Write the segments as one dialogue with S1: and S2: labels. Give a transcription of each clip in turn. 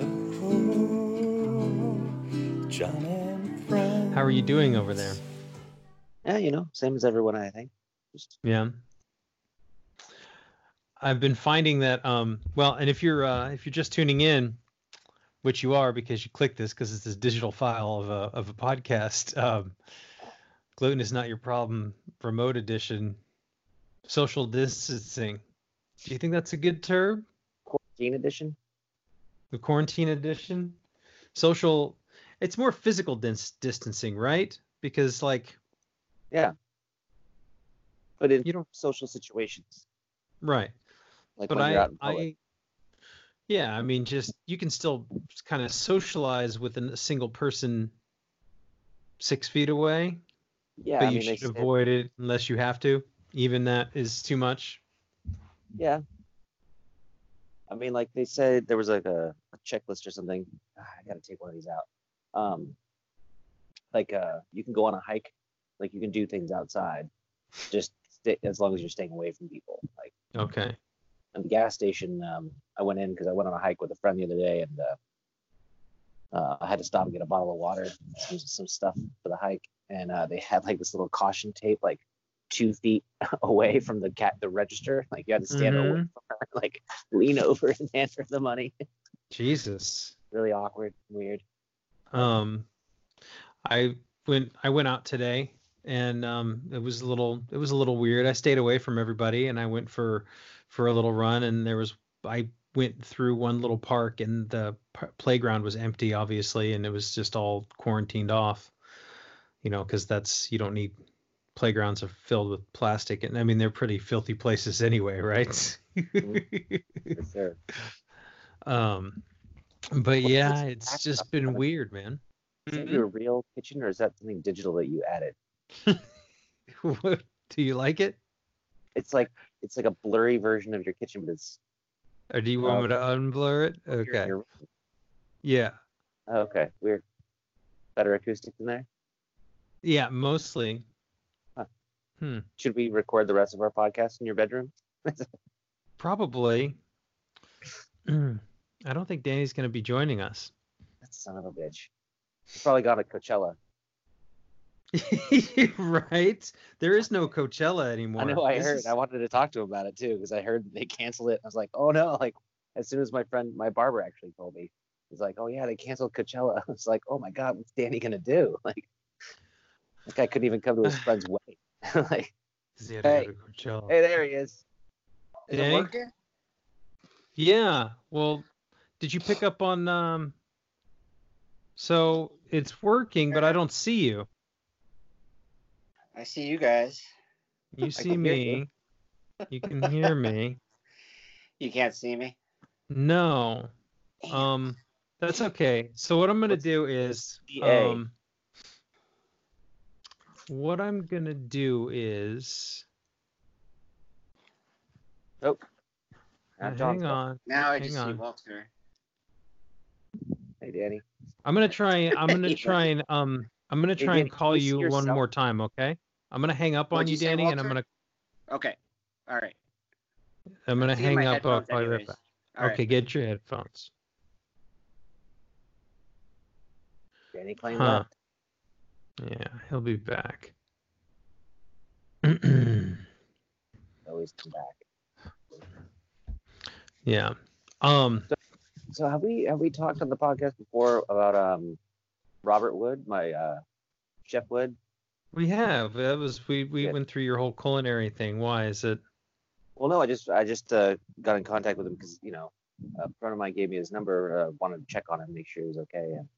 S1: Oh, John and Friends.
S2: How are you doing over there?
S3: Yeah, you know, same as everyone. I think. Just
S2: Yeah. I've been finding that um well, and if you're uh, if you're just tuning in, which you are because you clicked this because it's this digital file of a of a podcast. Um, gluten is not your problem. Remote edition. Social distancing. Do you think that's a good term?
S3: quarantine edition.
S2: The quarantine edition. Social. It's more physical dis- distancing, right? Because like
S3: but in
S2: You don't-
S3: social situations,
S2: right.
S3: like
S2: but
S3: when you're
S2: I,
S3: out in public.
S2: I, yeah, I mean, just you can still kind of socialize with an- a single person six feet away,
S3: yeah,
S2: but
S3: I
S2: you
S3: mean, they
S2: should
S3: say-
S2: avoid it unless you have to. Even that is too much.
S3: Yeah. I mean, like they said, there was like a, a checklist or something. Ah, I gotta take one of these out. Um, like uh, you can go on a hike, like you can do things outside, just stay, as long as you're staying away from people. Like
S2: Okay.
S3: at the gas station, um, I went in because I went on a hike with a friend the other day, and uh, uh, I had to stop and get a bottle of water, some, some stuff for the hike, and uh, they had like this little caution tape, like two feet away from the cat, the register, like you had to stand over
S2: Mhm.
S3: from her, like lean over and hand her the money.
S2: Jesus.
S3: really awkward, weird.
S2: Um, I went I went out today and um it was a little it was a little weird. I stayed away from everybody and I went for for a little run and there was I went through one little park and the p- playground was empty obviously and it was just all quarantined off. You know, cuz that's you don't need playgrounds are filled with plastic and I mean they're pretty filthy places anyway, right?
S3: For sure.
S2: um but
S3: Well,
S2: yeah,
S3: it's
S2: it's
S3: backed
S2: just
S3: up,
S2: been
S3: kinda.
S2: weird, man.
S3: Is
S2: Mm-hmm.
S3: that your real kitchen, or is that something digital that you added?
S2: What- do you like it
S3: It's like it's like a blurry version of your kitchen, but it's
S2: or do you want me to
S3: Um,
S2: unblur it
S3: you're in
S2: okay
S3: your- oh,
S2: yeah
S3: okay, weird. Better acoustic than there.
S2: yeah mostly
S3: should we record the rest of our podcast in your bedroom?
S2: probably i don't think danny's going to be joining us
S3: That son of a bitch. He's probably gone to Coachella.
S2: right there is no coachella anymore
S3: I know I
S2: This
S3: heard.
S2: is-
S3: I wanted to talk to him about it too because I heard they canceled it. I was like, oh no! Like as soon as my friend, my barber actually told me, he's like, oh yeah, they canceled Coachella. I was like, oh my god, what's Danny gonna do? Like this guy couldn't even come to his friend's wedding. like
S2: is he gonna
S3: Hey.
S2: go to Coachella?
S3: hey, there he is. Is it
S2: Danny?
S3: working?
S2: yeah well did you pick up on um so it's working but i don't see you
S4: I see you guys.
S2: you see
S3: can hear you.
S2: me you can hear me
S4: You can't see me.
S2: no
S4: Damn.
S2: Um, that's okay. So what I'm gonna do is,
S3: DA?
S2: um, what I'm gonna do is,
S3: Not John's
S2: uh, hang
S3: fault.
S2: on.
S4: now I
S2: hang
S4: just see
S2: on.
S4: Walter.
S3: Hey Danny.
S2: I'm gonna try. I'm gonna try and um. I'm gonna
S3: Hey,
S2: try
S3: Danny,
S2: and
S3: can
S2: call
S3: you see
S2: you one
S3: yourself?
S2: more time, okay? I'm gonna hang up on
S4: What'd
S2: you,
S4: you say,
S2: Danny, and I'm
S4: Walter?
S2: gonna
S4: Okay. All right.
S2: I'm gonna
S4: See you in my
S2: hang up. I'll
S4: headphones
S2: call you right
S4: anyways.
S2: back.
S4: All right.
S2: okay, get your headphones.
S3: Danny claimed
S2: Huh.
S3: that.
S2: Yeah, he'll be back.
S3: Always come back.
S2: yeah. Um.
S3: So have we have we talked on the podcast before about um Robert Wood, my uh Chef Wood?
S2: We have. That was we we
S3: Good.
S2: went through your whole culinary thing. Why is it?
S3: Well, no, I just I just uh, got in contact with him because you know a friend of mine gave me his number, uh, wanted to check on him, make sure he was okay, and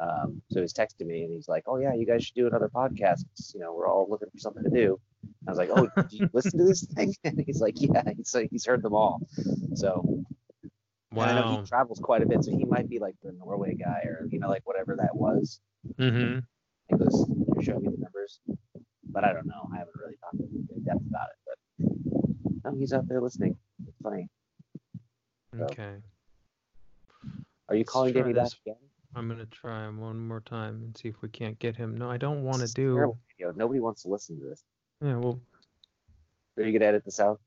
S3: um, so he's texting me and he's like, "Oh yeah, you guys should do another podcast. You know, we're all looking for something to do." I was like, "Oh, did you listen to this thing?" And he's like, "Yeah." He's like, he's heard them all, so And I know
S2: Wow.
S3: he travels quite a bit, so he might be like the Norway guy or you know like whatever that was.
S2: Mm-hmm.
S3: He was showing me the numbers, but I don't know. I haven't really talked to him in depth about it. But no, he's out there listening. It's funny. So-
S2: Okay.
S3: Are you
S2: Let's
S3: calling
S2: try
S3: Danny back
S2: this.
S3: again?
S2: I'm gonna try him one more time and see if we can't get him. No, I don't want to
S3: This is
S2: do.
S3: terrible video. Nobody wants to listen to this.
S2: Yeah, well,
S3: Are you gonna edit this out,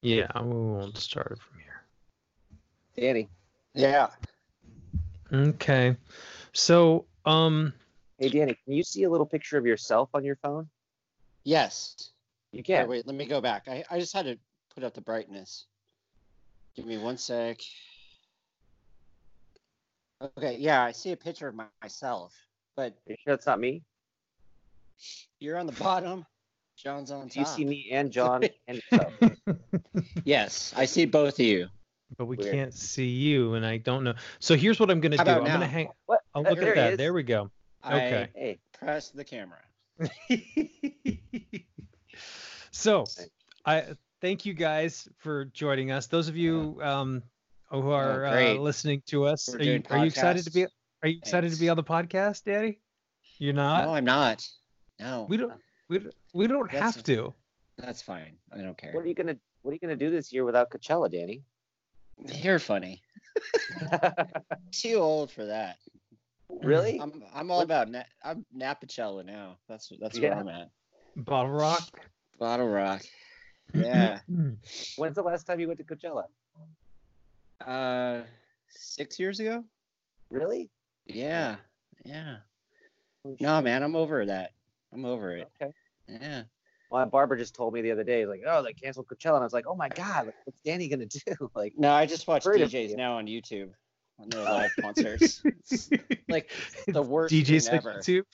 S2: yeah, we won't start it from here.
S3: Danny?
S4: Yeah.
S2: Okay. So, um,
S3: Hey, Danny, can you see a little picture of yourself on your phone?
S4: Yes.
S3: You
S4: Yeah.
S3: can.
S4: wait, let me go back. I, I just had to put up the brightness. Give me one sec. Okay, yeah, I see a picture of my, myself, but
S3: Are you sure that's not me?
S4: you're on the bottom, John's on
S3: Do you
S4: top.
S3: see me and John and yourself?
S4: Yes, I see both of you.
S2: but we
S3: Weird.
S2: can't see you, and I don't know. So here's what I'm gonna
S4: How
S2: do.
S4: about
S2: I'm gonna
S4: now?
S2: hang.
S3: What?
S2: I'll
S3: Uh,
S2: look
S3: there
S2: at
S3: he
S2: that.
S3: is.
S2: There we go. Okay.
S4: I
S3: Hey,
S4: press the camera.
S2: so I thank you guys for joining us. Those of you um, who are uh,
S4: great.
S2: listening to us,
S4: We're
S2: are you,
S4: doing
S2: are you excited to be?
S4: podcasts.
S2: Are you excited to
S4: Thanks.
S2: be on the podcast, Daddy? You're not.
S4: no, I'm not. No,
S2: we don't. We, don't- we don't
S4: That's-
S2: have to.
S4: that's fine. I don't care.
S3: what are you gonna What are you gonna do this year without Coachella, Danny?
S4: You're funny. Too old for that.
S3: really?
S4: I'm I'm all
S3: What-
S4: about na- I'm Napachella now. That's that's where
S3: Yeah.
S4: I'm at.
S2: Bottle Rock.
S4: Bottle Rock. Yeah.
S3: When's the last time you went to Coachella?
S4: uh, six years ago.
S3: Really?
S4: Yeah. Yeah. No, man, I'm over that. I'm over it.
S3: Okay.
S4: Yeah.
S3: Well, Barbara just told me the other day, like, oh, they canceled Coachella, and I was like, oh my god, like, what's Danny gonna do? Like,
S4: No, I just watch
S3: Heard of
S4: DJs
S3: you.
S4: now on YouTube on their live concerts. It's Oh. like the worst
S2: DJs
S4: thing
S2: on
S4: ever.
S2: YouTube.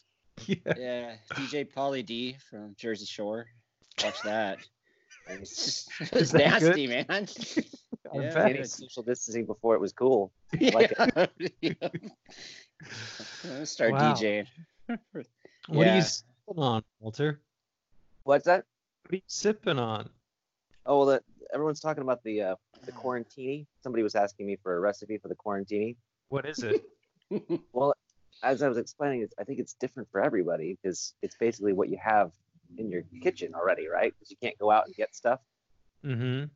S2: Yeah.
S4: Yeah, DJ Pauly D from Jersey Shore. Watch that. It's just it was
S2: that
S4: nasty, man.
S2: I
S4: Yeah.
S2: bet.
S3: Danny was social distancing before it was cool. Like
S4: yeah. I'm gonna start
S2: Wow.
S4: DJing.
S2: What are
S4: Yeah.
S2: you sipping on, Walter?
S3: What's that?
S2: What are you sipping on?
S3: Oh well, the, everyone's talking about the uh, the quarantini. Somebody was asking me for a recipe for the quarantini.
S2: What is it?
S3: As I was explaining, it's, I think it's different for everybody because it's basically what you have in your kitchen already, right? Because you can't go out and get stuff.
S2: mm-hmm.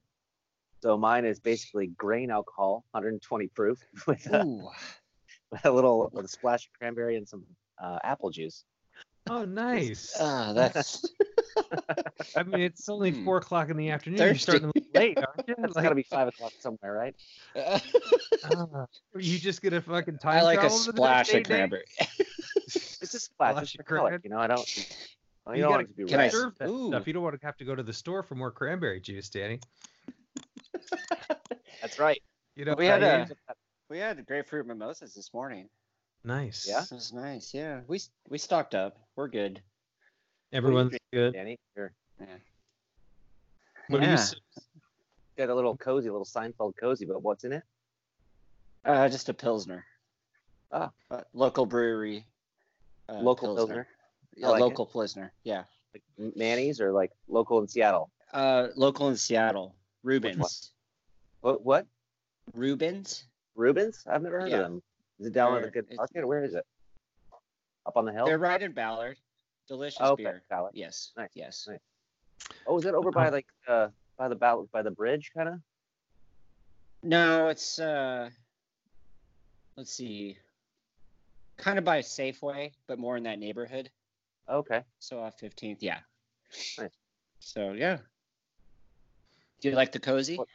S3: So mine is basically grain alcohol, 120 proof, with a,
S4: Ooh.
S3: with a little with a splash of cranberry and some uh, apple juice.
S2: Oh, nice.
S4: Ah, that's
S2: I mean, it's only
S4: Hmm.
S2: four o'clock in the afternoon. You're starting to look late, aren't you?
S3: It's
S2: Like,
S3: got to be five o'clock somewhere, right?
S2: ah, are you just gonna fucking time
S4: I like a
S2: travel to the
S4: splash
S2: day,
S4: of
S2: day?
S4: cranberry.
S3: It's just splash,
S2: Splash
S3: just
S2: of
S3: for color.
S2: cran-
S3: You know, I don't. I
S2: You
S3: don't
S2: gotta-
S3: want it to be
S4: Can I
S3: red.
S4: s-
S2: Serve that
S4: Ooh.
S2: stuff. You don't want to have to go to the store for more cranberry juice, Danny.
S3: That's right.
S2: You know,
S4: We had
S2: right?
S4: We had grapefruit mimosas this morning.
S2: nice.
S3: Yeah?
S4: This was nice. Yeah, we we stocked up. We're good.
S2: Everyone's good.
S3: Danny. You're
S2: What are you
S4: Yeah.
S2: sipping
S3: got a little cozy, a little Seinfeld cozy, but what's in it?
S4: Uh, just a pilsner.
S3: Ah.
S4: Uh, local brewery. Uh,
S3: Local pilsner?
S4: Yeah,
S3: I like it.
S4: local pilsner. Yeah.
S3: Like Manny's or like local in Seattle?
S4: Uh, local in Seattle. Rubens.
S3: What? What?
S4: Rubens.
S3: Rubens? I've never heard
S4: Yeah.
S3: of them. Is it down in the
S4: They're-
S3: good
S4: it's-
S3: market? Where is it? Up on the hill?
S4: They're right in Ballard. Delicious
S3: Oh, okay.
S4: beer.
S3: Ballard.
S4: Yes.
S3: Nice,
S4: Yes.
S3: nice. Oh, is that over
S4: Uh-huh.
S3: by
S2: Um,
S3: like uh by the bow- by the bridge kind of?
S4: No, it's uh, let's see, kind of by Safeway, but more in that neighborhood.
S3: Okay.
S4: So off Fifteenth, yeah.
S3: Nice.
S4: So yeah. Do you like the cozy?
S3: What-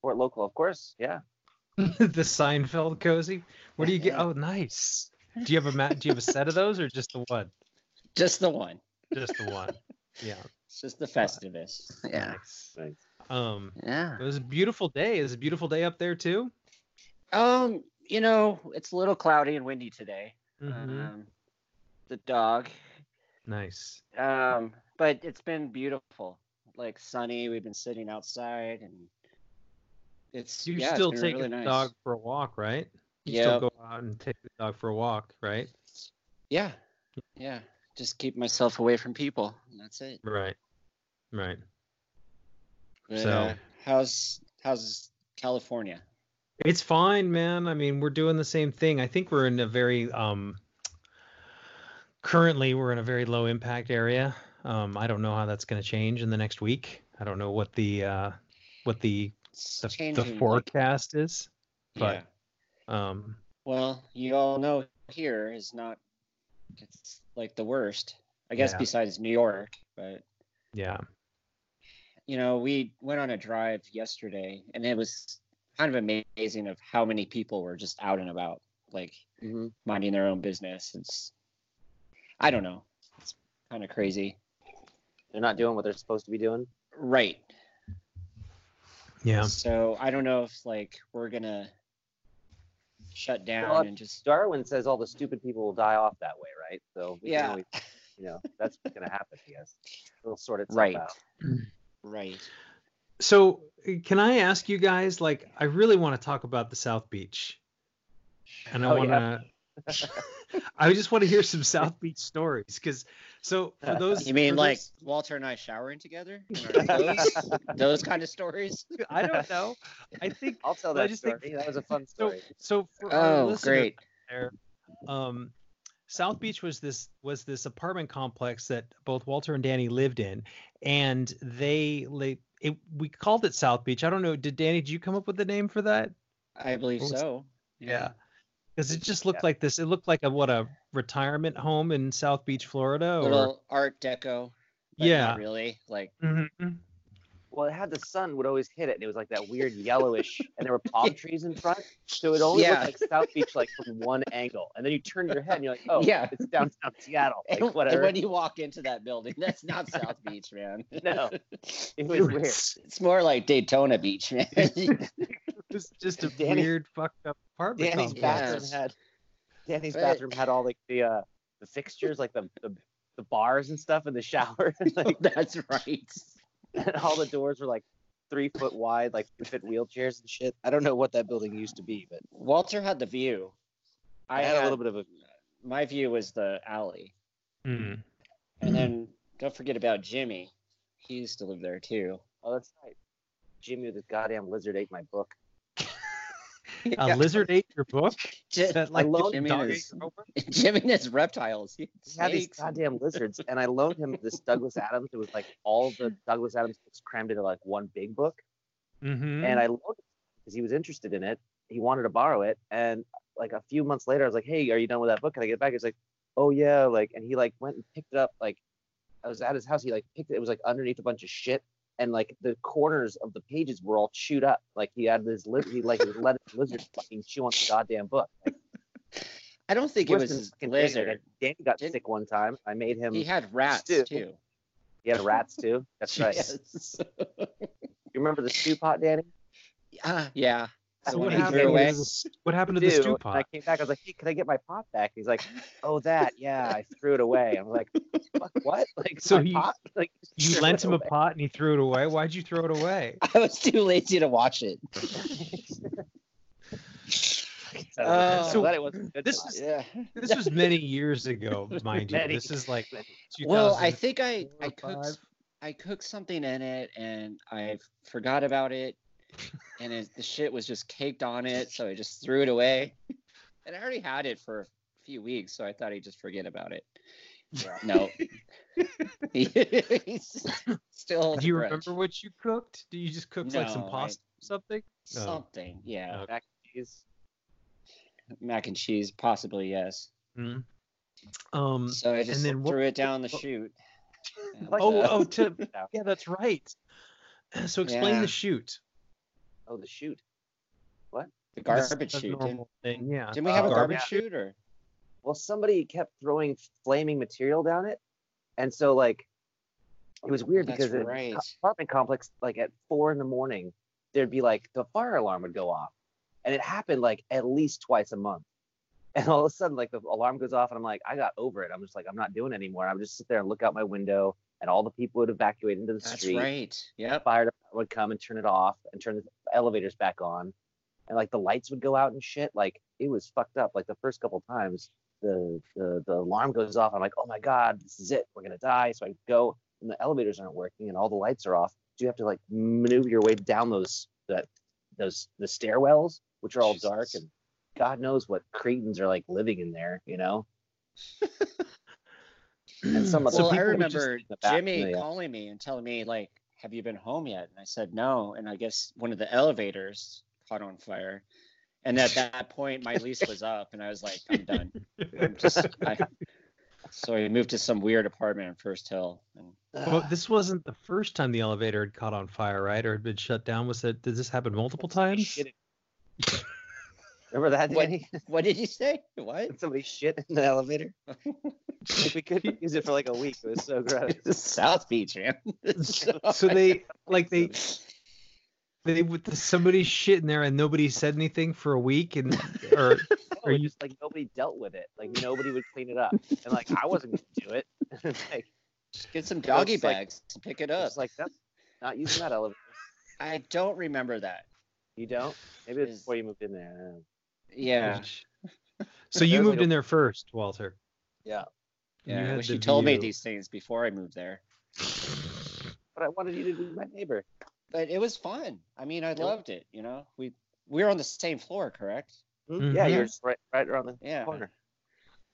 S3: Fort local, of course. Yeah.
S2: the Seinfeld cozy? What do you get?
S4: Yeah.
S2: Oh, nice. Do you have a mat? Do you have a set of those or just the one?
S4: Just the one.
S2: Just the one. Yeah.
S4: It's just the Festivus. Yeah.
S2: Nice.
S3: Nice.
S2: Um,
S4: Yeah.
S2: it was a beautiful day. It was a beautiful day up there too.
S4: Um, you know, it's a little cloudy and windy today.
S2: Mhm.
S4: Um, the dog.
S2: Nice.
S4: Um, but it's been beautiful. Like sunny. We've been sitting outside and it's
S2: You're
S4: yeah, it's
S2: still
S4: been
S2: taking
S4: really
S2: the
S4: nice.
S2: dog for a walk, right? You
S4: Yep.
S2: still go out and take the dog for a walk, right?
S4: Yeah. Yeah. Just keep myself away from people. And that's it.
S2: Right. Right.
S4: But,
S2: So-
S4: uh, how's how's California?
S2: It's fine, man. I mean, we're doing the same thing. I think we're in a very um currently we're in a very low impact area. Um I don't know how that's going to change in the next week. I don't know what the uh what the
S4: It's
S2: the, the
S4: changing, like-
S2: forecast is,
S4: yeah.
S2: but um
S4: Well, you all know here is not it's like the worst. I guess
S2: Yeah.
S4: besides New York, but
S2: yeah.
S4: you know, we went on a drive yesterday and it was kind of amazing of how many people were just out and about, like
S3: hmm
S4: minding their own business. It's I don't know. It's kind of crazy.
S3: They're not doing what they're supposed to be doing.
S4: Right.
S2: Yeah.
S4: So I don't know if like we're going to shut down
S3: Well,
S4: and just
S3: Darwin says all the stupid people will die off that way, right? So we can
S4: Yeah.
S3: always- you know, that's what's gonna happen. I guess it'll sort itself
S4: Right.
S3: out.
S4: right.
S2: So, can I ask you guys like I really want to talk about the South Beach. And I
S3: Oh,
S2: want
S3: yeah.
S2: to I just want to hear some South Beach stories cuz so for those
S4: Uh, You mean
S2: for
S4: like
S2: those-
S4: Walter and I showering together? Those, those kind of stories?
S2: I don't know. I think
S3: I'll tell
S2: Well, I
S3: that
S2: just
S3: story.
S2: think-
S3: That was a fun
S2: so
S3: story.
S2: so for our
S4: Oh,
S2: listeners
S4: great.
S2: there um South Beach was this was this apartment complex that both Walter and Danny lived in and they they it, we called it South Beach. I don't know. Did Danny? Did you come up with the name for that?
S4: I believe
S2: What was-
S4: so.
S2: Yeah. Because it just looked
S3: Yeah.
S2: like this. It looked like a what a retirement home in South Beach, Florida. Or
S4: Little Art Deco. but
S2: yeah.
S4: Not really. Like,
S2: Mhm.
S3: Well, it had the sun would always hit it, and it was like that weird yellowish, and there were palm trees in front, so it only
S4: Yeah.
S3: looked like South Beach like from one angle. And then you turn your head, and you're like, oh,
S4: Yeah.
S3: it's downtown Seattle, like
S4: and
S3: whatever.
S4: when you walk into that building, that's not South Beach, man.
S3: No, it was
S2: It
S3: weird.
S2: was-
S4: It's more like Daytona Beach, man.
S2: it was just a
S3: Danny-
S2: weird fucked up apartment.
S3: Danny's
S2: complex.
S3: bathroom
S4: Yes.
S3: had Danny's
S4: But-
S3: bathroom had all like the uh, the fixtures, like the, the the bars and stuff, and the shower, and, like
S4: that's right.
S3: and all the doors were like three foot wide, like to fit wheelchairs and shit. I don't know what that building used to be, but
S4: Walter had the view.
S3: I, had, a little bit of a
S4: My view was the alley.
S2: Mm.
S4: And then don't forget about Jimmy. He used to live there too.
S3: oh, that's right. Jimmy, the goddamn lizard ate my book.
S2: A lizard ate your book.
S4: J-
S2: That like
S3: love
S2: did
S4: him
S2: the
S4: in
S2: dog ate
S4: his-
S2: your homework?
S4: Jimmy and his reptiles. He
S3: He had these
S4: snakes.
S3: goddamn lizards, and I loaned him this Douglas Adams. It was like all the Douglas Adams books crammed into like one big book,
S2: Mhm.
S4: Hmm.
S3: and I loaned it because he was interested in it. He wanted to borrow it, and like a few months later, I was like, "Hey, are you done with that book? Can I get it back?" He's like, "Oh yeah," like, and he like went and picked it up. Like, I was at his house. He like picked it. It was like underneath a bunch of shit, and like the corners of the pages were all chewed up. Like he had this lizard. He like let his lizard fucking chew on the goddamn book. Like,
S4: I don't think it
S3: worse
S4: was
S3: than
S4: his
S3: fucking Danny.
S4: lizard.
S3: Danny got
S4: Didn't-
S3: sick one time. I made him.
S4: He had rats
S3: Stew.
S4: too.
S3: He had rats too. That's right.
S4: Yes.
S3: You remember the stew pot, Danny?
S4: Ah, yeah.
S2: So
S4: So
S2: what
S4: when he
S2: happened?
S4: threw away,
S2: is- What happened to the
S3: Stew,
S2: stew
S3: and I
S2: pot?
S3: came back. I was like, "Hey, can I get my pot back?" He's like, "Oh, that? Yeah, I threw it away." I'm like, Fuck, "What? Like,
S2: So
S3: my
S2: you-
S3: pot? Like,
S2: You
S3: threw
S2: lent
S3: it
S2: him a
S3: away.
S2: pot and he threw it away. Why'd you throw it away?
S4: I was too lazy to watch it.
S3: So, I'm
S4: Oh.
S2: So
S3: glad it wasn't a good
S2: this
S3: pot.
S2: is-
S4: Yeah.
S2: This was many years ago, mind you.
S3: Many.
S2: This is like
S4: Well, I
S2: 2004
S4: think I I
S2: or
S4: cooked
S2: five.
S4: s- I cooked something in it and I forgot about it, and it, the shit was just caked on it, so I just threw it away. And I already had it for a few weeks, so I thought he'd just forget about it.
S3: Yeah.
S4: No. He's still.
S2: Do you
S4: grudge.
S2: remember what you cooked? Do you just cook like some
S4: No, I-
S2: pasta or something? No.
S4: something? Yeah,
S2: No.
S3: Mac and cheese.
S2: Oh.
S4: mac and cheese, possibly yes.
S2: Mhm. Um,
S4: So I just
S2: then what-
S4: threw it down the chute. And, uh,
S3: Like
S2: oh,
S3: that.
S2: oh, to
S3: Yeah.
S2: yeah, that's right. So explain
S4: Yeah.
S2: the shoot.
S3: Oh, the shoot.
S4: the
S2: That's
S4: garbage
S2: the
S4: chute. Didn't,
S2: normal thing, Yeah.
S4: didn't we have
S3: Uh,
S4: a garbage,
S3: garbage
S4: chute or?
S3: Well, somebody kept throwing flaming material down it, and so like, it was weird
S4: That's
S3: because the
S4: right.
S3: apartment complex, like at four in the morning, there'd be like the fire alarm would go off, and it happened like at least twice a month. And all of a sudden, like the alarm goes off, and I'm like, I got over it. I'm just like, I'm not doing it anymore. I'm just sit there and look out my window, and all the people would evacuate into the
S4: That's
S3: street.
S4: right. Yep.
S3: Fire department would come and turn it off, and turn the elevators back on, and like the lights would go out and shit. Like it was fucked up. Like the first couple times, the the, the alarm goes off. I'm like, oh my god, this is it. We're gonna die. So I go, and the elevators aren't working, and all the lights are off. So you have to like maneuver your way down those that those the stairwells, which are all dark
S4: Jesus.
S3: and God knows what cretins are like living in there, you know. And some other
S4: well, I
S3: people would just
S4: remember
S3: in the back,
S4: Jimmy
S3: yeah.
S4: calling me and telling me like, "Have you been home yet?" And I said no. And I guess one of the elevators caught on fire. And at that point, my lease was up, and I was like, "I'm done." I'm just. I, so I moved to some weird apartment in First Hill, and
S2: Well, this wasn't the first time the elevator had caught on fire, right? Or had been shut down. Was that? Did this happen multiple times?
S3: Shit. Remember that
S4: What?
S3: Danny?
S4: What did you say? What?
S3: Somebody shit in the elevator. Like, we couldn't use it for like a week. It was so gross.
S4: South Beach, man.
S2: So they like they they would somebody shit in there and nobody said anything for a week and or
S3: Or
S2: you-
S3: just like nobody dealt with it. Like nobody would clean it up. And like I wasn't gonna do it. like
S4: Just get some doggy
S3: It's like-
S4: bags and pick it up.
S3: it's like that's not using that elevator.
S4: I don't remember that.
S3: You don't? Maybe it's
S4: Is-
S3: before you moved in there. I don't know.
S4: Yeah.
S2: so you
S3: There's
S2: moved
S3: like
S2: in there first, Walter.
S3: Yeah.
S2: And
S4: Yeah, I
S2: had
S4: wish
S2: the
S4: you told me
S2: view.
S4: these things before I moved there.
S3: But I wanted you to be my neighbor.
S4: But it was fun. I mean, I loved it. You know, we we were on the same floor, correct?
S3: Hmm? Yeah,
S2: Mhm.
S3: you're just right, right around the
S4: Mm-hmm. Yeah.
S3: corner.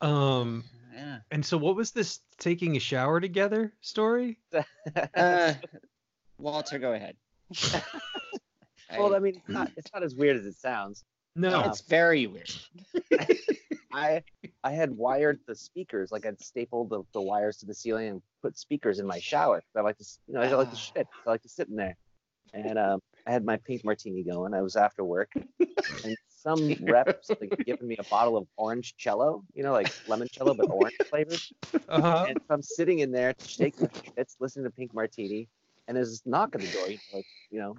S2: Um
S4: Yeah.
S2: and so what was this taking a shower together story?
S4: Uh, Walter, go ahead.
S3: well, I mean, it's not, it's not as weird as it sounds.
S2: No.
S4: it's very weird.
S3: I I had wired the speakers, like I'd stapled the, the wires to the ceiling and put speakers in my shower. 'cause I like to, s- you know, I like to shit. I like to sit in there. And um, I had my pink martini going. I was after work, and some reps like giving me a bottle of orange cello, you know, like lemon cello but orange flavored.
S2: Uh-huh.
S3: And so I'm sitting in there shaking my shits, listening to Pink Martini, and there's this knock at the door. He's like, you know,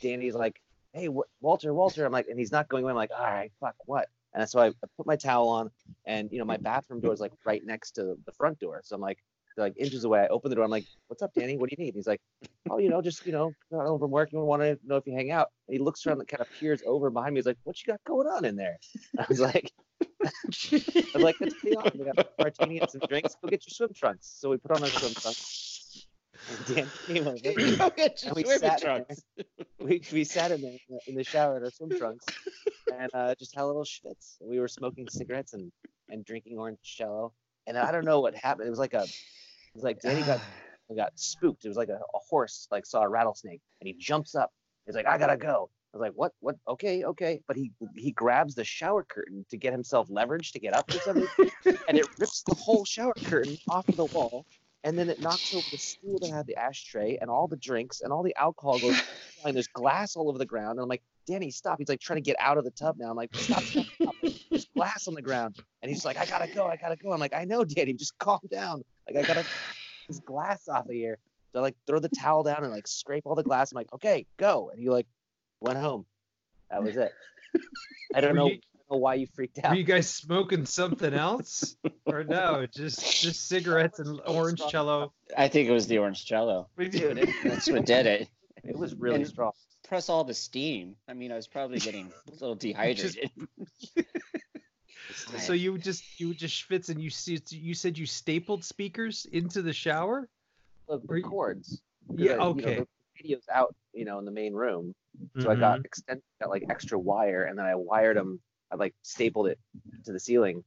S3: Danny's like, "Hey, Wa- Walter, Walter." I'm like, and he's not going away. I'm like, "All right, fuck, what?" And so I, I put my towel on, and you know, my bathroom door is like right next to the front door. So I'm like, they're like inches away. I open the door. I'm like, "What's up, Danny? What do you need?" He's like, "Oh, you know, just you know, got home from work. You want to know if you hang out?" And he looks around, and kind of peers over behind me. He's like, "What you got going on in there?" I was like, "I was like, let's be honest. We got martini and some drinks. Go get your swim trunks." So we put on our swim trunks. And Dan came over.
S4: Go get your
S3: And we
S4: swimming
S3: sat in
S4: trunks.
S3: We, we sat in there in the, in the shower in our swim trunks and uh, just had a little schwitz. We were smoking cigarettes and, and drinking orange cello. And I don't know what happened. It was like a, it was like Danny got and got spooked. It was like a, a horse like saw a rattlesnake and he jumps up. He's like, I gotta go. I was like, what? What? Okay, okay. But he he grabs the shower curtain to get himself leverage to get up or something, and it rips the whole shower curtain off of the wall, and then it knocks over the stool that had the ashtray and all the drinks and all the alcohol goes. And there's glass all over the ground, and I'm like, Danny, stop. He's like trying to get out of the tub now. I'm like, stop, stop, stop. There's glass on the ground, and he's like, I gotta go, I gotta go. I'm like, I know, Danny, just calm down. Like I gotta this glass off of here. So I like throw the towel down and like scrape all the glass. I'm like, okay, go. And he like went home. That was it. I don't
S2: Were
S3: know,
S2: you-
S3: I don't know why you freaked
S2: Were
S3: out.
S2: you guys smoking something else? or no, just just cigarettes and orange cello.
S4: I think it was the orange jello.
S3: Dude, it,
S4: That's what did it.
S3: it was really
S4: And-
S3: strong.
S4: Press all the steam. I mean, I was probably getting a little dehydrated.
S2: So you just you just fits and you see you said you stapled speakers into the shower.
S3: Look,
S2: were
S3: the
S2: you-
S3: cords. 'cause
S2: Yeah,
S3: I- you know,
S2: okay.
S3: the Radio's out, you know, in the main room. So I got extended, got like extra wire, and then I wired them. I like stapled it to the ceiling.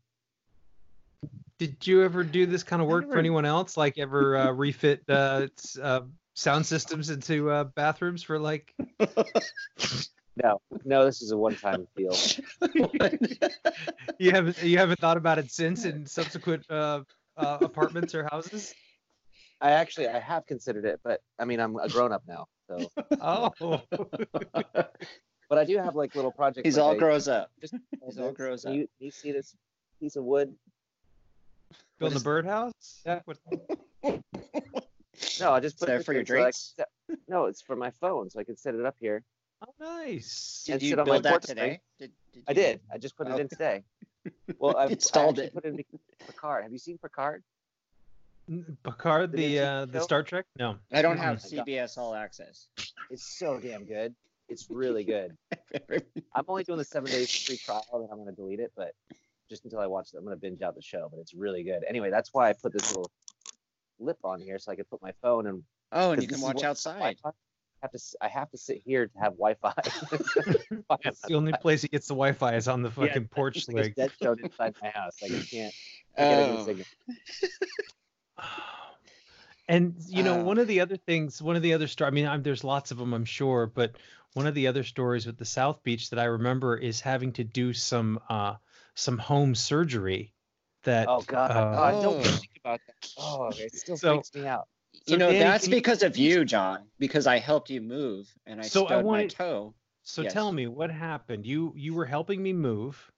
S2: Did you ever do this kind of
S3: I
S2: work for
S3: never-
S2: anyone else? Like ever uh, refit uh, s- uh, sound systems into uh, bathrooms for like?
S3: No, no, this is a one-time deal.
S2: You haven't you haven't thought about it since in subsequent uh, uh, apartments or houses.
S3: I actually I have considered it, but I mean I'm a grown-up now, so.
S2: Oh,
S3: But I do have like little projects.
S4: He's
S3: like
S4: all
S3: I-
S4: grows up. he's
S3: this.
S4: all grows
S3: Can You, can you see this piece of wood?
S2: building a
S4: is-
S2: birdhouse.
S3: Yeah.
S2: What-
S3: No, I just put
S4: So
S3: it
S4: for your
S3: so I can
S4: drinks?
S3: set- no, it's for my phone, so I can set it up here.
S2: Oh, nice.
S4: Did
S3: and
S4: you
S3: sit on my
S4: build that
S3: porch swing.
S4: today? Did, did
S3: I
S4: you-
S3: did. I just put it in today. Well, I've I
S4: Installed
S3: actually
S4: it.
S3: Put in Picard. Have you seen Picard?
S2: N- Picard,
S3: Did you
S2: the
S3: see
S2: uh,
S3: the
S2: the
S3: show?
S2: Star Trek. No.
S4: I don't
S2: Mhm.
S4: have
S3: Mm-hmm. I got-
S4: CBS All Access.
S3: It's so damn good. It's really good. I'm only doing the seven days free trial, and I'm gonna delete it, but just until I watch it, I'm gonna binge out the show. But it's really good. Anyway, that's why I put this little lip on here so I could put my phone and
S4: Oh, and
S3: 'Cause
S4: you
S3: this
S4: can
S3: is
S4: watch
S3: what-
S4: outside.
S3: have to s- I have to sit here to have Wi-Fi.
S2: That's the only place he gets the Wi-Fi is on the
S3: Yeah,
S2: fucking porch
S3: It's like a
S2: leg.
S3: dead zone inside my house. Like I can't. I gotta get a
S4: Oh,
S3: signal.
S2: And you know,
S4: Oh.
S2: one of the other things, one of the other stories. I mean, I'm, there's lots of them, I'm sure, but one of the other stories with the South Beach that I remember is having to do some uh some home surgery. That
S3: Oh God,
S2: uh,
S3: God, don't
S4: Oh.
S3: think about that. Oh, it still
S2: So-
S3: freaks me out.
S2: So,
S4: you know,
S2: Danny,
S4: that's
S2: can you-
S4: because of you, John, because I helped you move and I
S2: So I
S4: stubbed my
S2: wanted-
S4: toe.
S2: so
S4: yes.
S2: tell me what happened. You you were helping me move,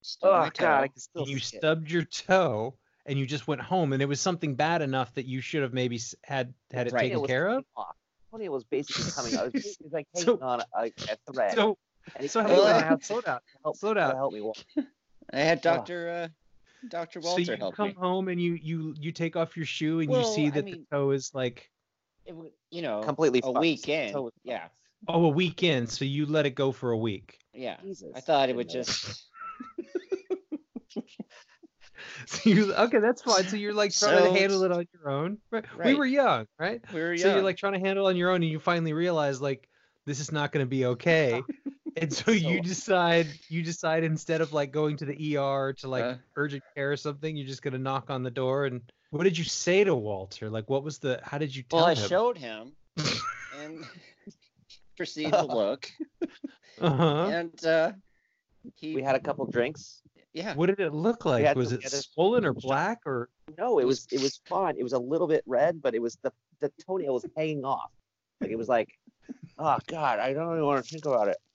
S4: stubbed
S3: Oh
S4: my toe.
S3: God, I can still.
S2: and you
S3: see it.
S2: stubbed your toe, and you just went home, and it was something bad enough that you should have maybe s- had had it
S4: Right.
S2: taken
S3: was
S2: care of.
S3: coming off. Antonio was basically coming out. It was basically like
S2: So-
S3: hanging on a, a thread.
S2: So
S3: and he's
S2: so
S3: coming
S4: hang
S3: around
S4: on.
S3: my house to help,
S2: slow
S3: to
S2: down.
S3: help me walk.
S4: I had
S3: Ugh.
S4: Doctor uh, Doctor
S2: so
S4: Walter
S2: you
S4: help
S2: come
S4: me.
S2: home and you you you take off your shoe and you
S4: Well,
S2: see
S4: I
S2: that
S4: mean-
S2: the toe is like
S4: It w- you know,
S3: Completely
S4: a
S3: fucked.
S4: weekend.
S3: So-
S4: yeah,
S2: oh a weekend so you let it go for a week
S4: yeah.
S3: Jesus.
S4: I thought it would
S3: didn't know
S4: just.
S2: so you okay that's fine so you're like trying
S4: So-
S2: to handle it on your own right? we
S4: Right.
S2: were young right
S4: We were
S2: so
S4: young.
S2: you're like trying to handle it on your own and you finally realize like this is not going to be okay and so you
S3: So-
S2: decide you decide instead of like going to the er to like
S4: Uh.
S2: urgent care or something you're just going to knock on the door and what did you say to walter like what was the how did you tell
S4: well, I
S2: him
S4: showed him, and proceeded to look,
S2: uh-huh.
S4: and uh, he
S3: We had a couple drinks.
S4: yeah.
S2: What did it look like?
S3: had
S2: Was
S3: to
S2: it
S3: get it-
S2: swollen or black or?
S3: No, it was it was fine. It was a little bit red, but it was the the toenail was hanging off. Like it was like, oh God, I don't even want to think about it.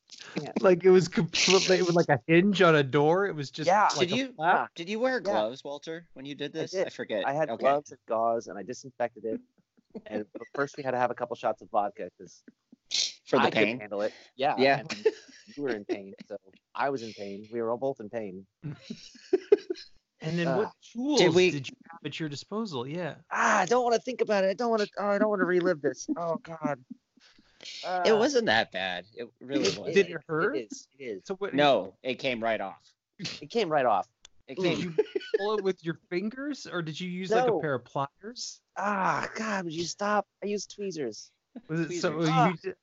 S2: Like it was completely, it was like a hinge on a door. It was just
S3: Yeah.
S2: like
S4: Did
S2: a
S4: you-
S2: flap.
S4: Did you wear
S3: Yeah.
S4: gloves, Walter, when you did this?
S3: did.
S4: forget.
S3: I had
S4: okay.
S3: gloves and gauze, and I disinfected it. And but first, we had to have a couple shots of vodka because
S4: for the
S3: I could
S4: pain.
S3: handle it. Yeah.
S4: Yeah.
S3: and you were in pain, so I was in pain. We were all both in pain.
S2: And then
S3: Ah.
S2: what tools
S4: Did
S2: did,
S4: we-
S2: you have at your disposal? Yeah.
S3: Ah, I don't want to think about it. I don't want to. Oh, I don't want to relive this. Oh God.
S4: It
S3: Ah,
S4: wasn't that bad. It really
S3: it-
S4: was.
S2: Did it hurt?
S3: It is. It is.
S2: So what?
S4: No, it came right off.
S3: It came right off. It
S2: Did
S3: came.
S2: you pull it with your fingers, or did you use like
S3: No.
S2: a pair of pliers?
S3: Ah, God, would you stop? I use tweezers.
S2: Was it so?
S4: Tweezers.
S3: Ah.
S2: You, ju-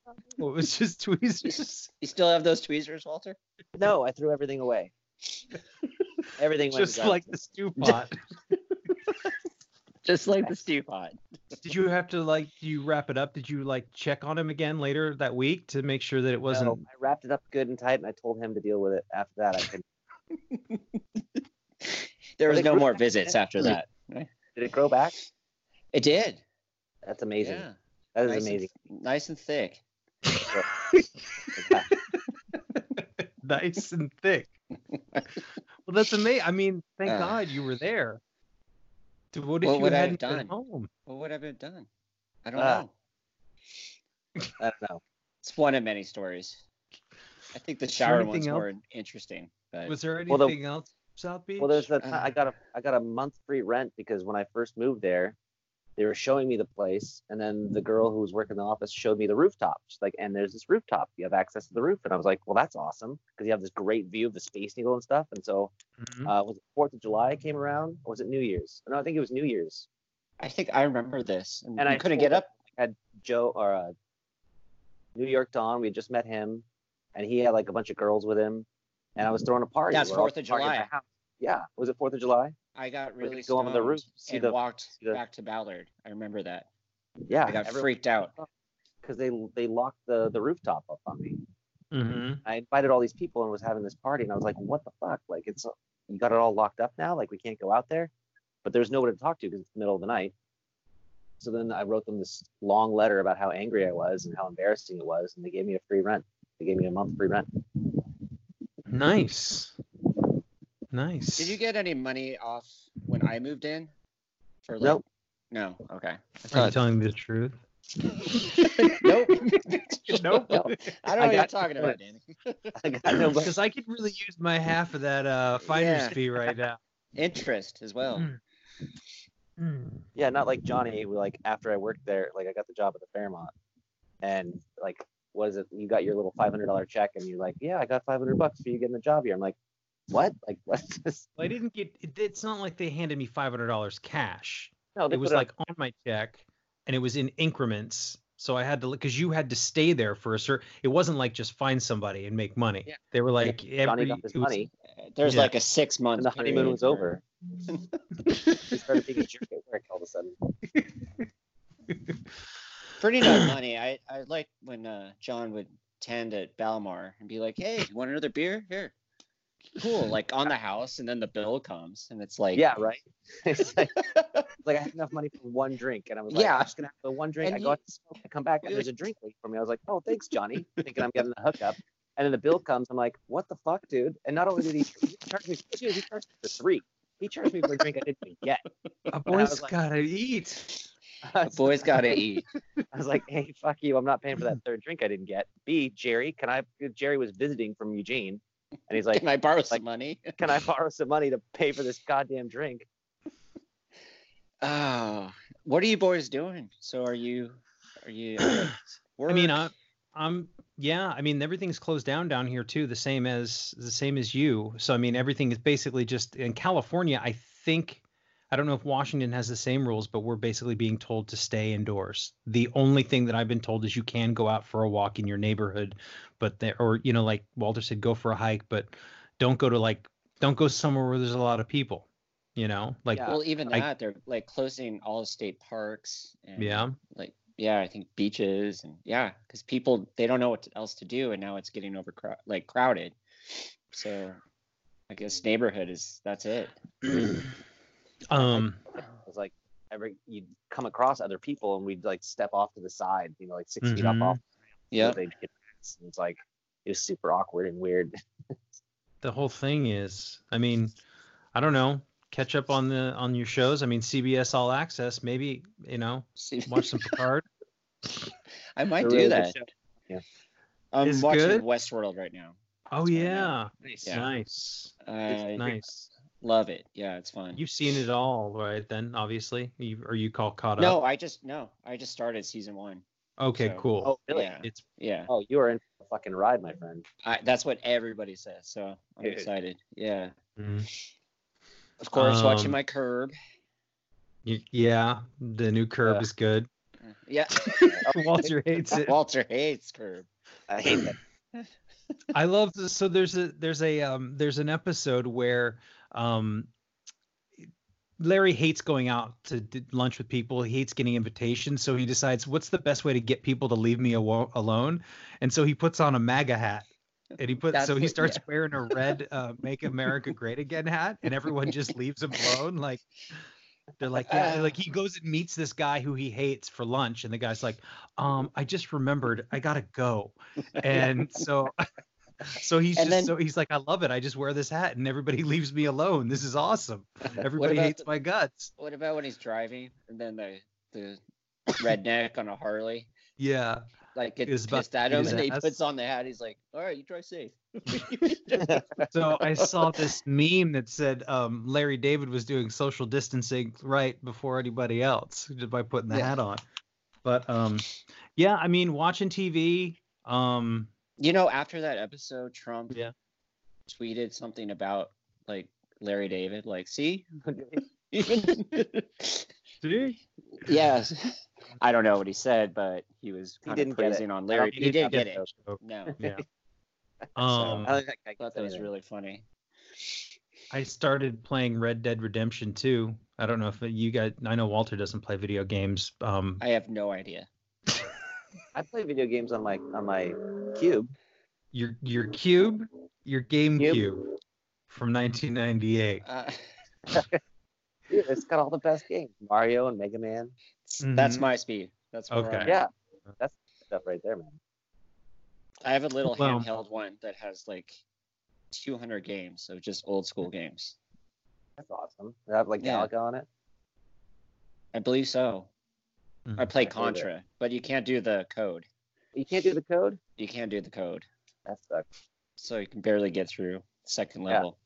S2: oh, it was just tweezers.
S4: You still have those tweezers, Walter?
S3: No, I threw everything away. Everything went in
S2: just
S3: the
S2: like
S3: garbage.
S2: the stew pot.
S4: Just like the stew pot.
S2: did you have to like? Do you wrap it up? Did you like check on him again later that week to make sure that it
S3: No,
S2: wasn't?
S3: I wrapped it up good and tight, and I told him to deal with it. After that, I couldn't.
S4: There
S3: Well,
S4: was
S3: they
S4: no
S3: grew
S4: more
S3: back
S4: visits
S3: then.
S4: after that.
S3: Did it grow back?
S4: It did.
S3: That's amazing.
S4: Yeah.
S3: That is
S4: nice
S3: amazing.
S4: And, nice and thick.
S2: nice and thick. well, that's amazing. I mean, thank
S4: Uh.
S2: God you were there. Dude, what if
S4: What
S2: you
S4: would I have
S2: hadn't been
S4: done?
S2: home?
S4: What would I have done? I don't
S3: Ah.
S4: know.
S3: I don't know.
S4: It's one of many stories. I think the shower
S2: anything
S4: one's
S2: else?
S4: more interesting. But
S2: Was there anything
S3: Well, the-
S2: else? South Beach.
S3: Well, there's the ti-
S4: Ah.
S3: I got a I got a month free rent because when I first moved there, they were showing me the place, and then the girl who was working in the office showed me the rooftop. She's like, "And there's this rooftop. You have access to the roof." And I was like, "Well, that's awesome because you have this great view of the Space Needle and stuff." And so,
S4: Hmm.
S2: Mhm.
S3: uh, was it Fourth of July came around? Or was it New Year's? No, I think it was New Year's.
S4: I think I remember this. And,
S3: And
S4: you
S3: I
S4: couldn't
S3: told
S4: get up.
S3: Joe or uh, New York Don. We had just met him, and he had like a bunch of girls with him, and I was throwing a party.
S4: That's
S3: We're all
S4: 4th of
S3: partying at my
S4: July.
S3: house. Yeah, was it Fourth of July?
S4: I got
S3: We could
S4: really
S3: go
S4: stoned
S3: on the roof, see
S4: and
S3: the-
S4: walked
S3: see the- Ah,
S4: back to Ballard. I remember that.
S3: Yeah,
S4: I got freaked out.
S3: because they they locked the the rooftop up on me.
S2: Mhm.
S3: I invited all these people and was having this party, and I was like, "What the fuck? Like, it's you got it all locked up now. Like, we can't go out there." But there's nobody to talk to because it's the middle of the night. So then I wrote them this long letter about how angry I was and how embarrassing it was, and they gave me a free rent. They gave me a month free rent.
S2: Nice. Nice.
S4: Did you get any money off when I moved in? For like,
S3: Nope.
S4: No. Okay. I
S2: Are you
S4: thought-
S2: telling me the truth?
S4: nope.
S2: Nope.
S3: No.
S4: I don't know what you're
S3: got-
S4: talking about, Danny.
S3: I got no money.
S2: Because I could really use my half of that uh, finder's
S4: Yeah.
S2: fee right now.
S4: Interest as well.
S2: Mm. Mm.
S3: Yeah, not like Johnny. Who like after I worked there, like I got the job at the Fairmont, and like, what is it? You got your little five hundred dollar check, and you're like, yeah, I got five hundred bucks for you getting the job here. I'm like, what? Like, what's this?
S2: Well, I didn't get. It, it's not like they handed me five hundred dollars cash.
S3: No, they
S2: it was
S3: put
S2: like on my check and it was in increments So I had to because you had to stay there for a certain. It wasn't like just find somebody and make money.
S4: Yeah.
S2: They were like
S3: Johnny
S2: every.
S3: got his
S2: it was-
S3: money,
S4: There's
S2: Yeah.
S4: like a six month.
S3: and the honeymoon was over. he started being a jerk at work all of a sudden.
S4: Pretty no money. I I like when uh, John would tend at Balmar and be like, "Hey, you want another beer? Here." Cool. Like on the house, and then the bill comes, and it's like,
S3: Yeah, right. it's like, it's like I had enough money for one drink, and I was like,
S4: Yeah.
S3: I'm just gonna have the one drink.
S4: And
S3: I
S4: you-
S3: go out to smoke, I come back, and there's a drink waiting for me. I was like, oh, thanks, Johnny, thinking I'm getting a hookup. And then the bill comes. I'm like, what the fuck, dude? And not only did he, he charge me, he charged me for three. He charged me for a drink I didn't even get.
S2: A
S3: I
S2: boy's
S3: was like-
S2: gotta eat.
S3: I
S4: "The
S3: was,
S4: boys gotta eat."
S3: I was like, hey, fuck you. I'm not paying for that third drink I didn't get. B, Jerry, can I? Jerry was visiting from Eugene, and he's like,
S4: Can I borrow some
S3: like-
S4: money?
S3: can I borrow some money to pay for this goddamn drink?
S4: Oh, what are you boys doing? So are you? Are you?
S2: I mean, I, I'm yeah. I mean, everything's closed down down here too. The same as the same as you. So I mean, everything is basically just in California. I think I don't know if Washington has the same rules, but we're basically being told to stay indoors. The only thing that I've been told is you can go out for a walk in your neighborhood, but there or you know, like Walter said, go for a hike, but don't go to like don't go somewhere where there's a lot of people. You know, like
S3: Yeah.
S4: well, even
S2: I-
S4: that they're like closing all state parks. And,
S2: yeah.
S4: Like yeah, I think beaches and yeah, because people they don't know what else to do, and now it's getting overcrowded, like crowded. So I guess neighborhood is that's it.
S2: um.
S3: It was like every you'd come across other people and we'd like step off to the side, you know, like 6 feet up
S2: Mhm.
S3: off.
S4: Yeah.
S3: They'd get past, and it's like it was super awkward and weird.
S2: the whole thing is i mean i don't know catch up on the on your shows i mean cbs all access maybe you know
S4: See,
S2: watch some picard
S4: I might
S3: They're
S4: do
S3: really good
S4: that.
S3: show.
S4: I'm
S2: It's
S4: watching
S2: good?
S4: Westworld right now.
S2: oh
S4: That's what I
S2: yeah
S3: Nice.
S4: Yeah.
S2: nice
S4: I
S2: nice
S4: love it. Yeah, it's fun.
S2: you've seen it all right then obviously you are you call caught
S4: no,
S2: up
S4: I just no, I just started season one.
S2: okay
S4: so-
S2: cool
S3: Oh really?
S4: Yeah,
S2: it's
S4: yeah.
S3: Oh, you are in for a fucking ride, my friend.
S4: I, that's what everybody says. So I'm
S3: Dude.
S4: excited. Yeah.
S2: mm,
S4: Of course, watching
S2: Um,
S4: my curb.
S2: you- yeah the new curb
S3: Yeah.
S2: is good
S4: Yeah.
S2: walter hates it
S4: Walter hates curb.
S3: Oh, I hate that.
S2: I love this. So there's a there's a um there's an episode where um Larry hates going out to d- lunch with people. He hates getting invitations, so he decides what's the best way to get people to leave me awo- alone. And so he puts on a MAGA hat. And he puts
S4: That's
S2: so he
S4: what-
S2: starts wearing a red uh, "Make America Great Again" hat, and everyone just leaves him alone. Like they're like, yeah,
S4: Ah.
S2: like he goes and meets this guy who he hates for lunch, and the guy's like, um, I just remembered I gotta go, and so so he's just
S4: And then-
S2: so he's like, I love it. I just wear this hat and everybody leaves me alone. This is awesome. Everybody
S4: about
S2: hates
S4: the-
S2: my guts.
S4: What about when he's driving and then the the redneck on a Harley
S2: Yeah.
S4: like gets
S2: Is about
S4: pissed
S2: to
S4: at
S2: beat
S4: him
S2: his
S4: and he
S2: ass.
S4: puts on the hat. He's like, "All right, you drive safe."
S2: So I saw this meme that said um, Larry David was doing social distancing right before anybody else just by putting the
S4: Yeah.
S2: hat on. But um, yeah, I mean, watching TV. Um,
S4: You know, after that episode, Trump
S2: Yeah.
S4: tweeted something about like Larry David, like, "See, even Yes. I don't know what he said, but he was
S3: He
S4: kind
S3: didn't
S4: of
S3: get it.
S4: praising on Larry. He didn't get it. No.
S2: Yeah.
S4: So- uh,
S2: Um,
S3: I don't think I
S4: I thought that was really funny.
S2: I started playing Red Dead Redemption 2. I don't know if you guys. I know Walter doesn't play video games. Um,
S4: I have no idea.
S3: I play video games on my on my cube.
S2: your your cube, your GameCube from 1998.
S4: Uh,
S3: Dude, it's got all the best games. Mario and Mega Man.
S4: That's
S2: Mhm.
S4: my speed. That's where
S2: Okay.
S4: I'm at.
S3: Yeah. That's stuff right there, man.
S4: I have a little
S2: Well-
S4: handheld one that has like 200 games of just old school games.
S3: That's awesome. They have like
S4: Yeah.
S3: Galaga on it.
S4: I believe so.
S2: Mhm.
S3: Mm.
S4: I play
S3: I believe it.
S4: Contra, but you can't do the code.
S3: You can't do the code?
S4: You can't do the code,
S3: That sucks.
S4: so you can barely get through second
S3: Yeah.
S4: level.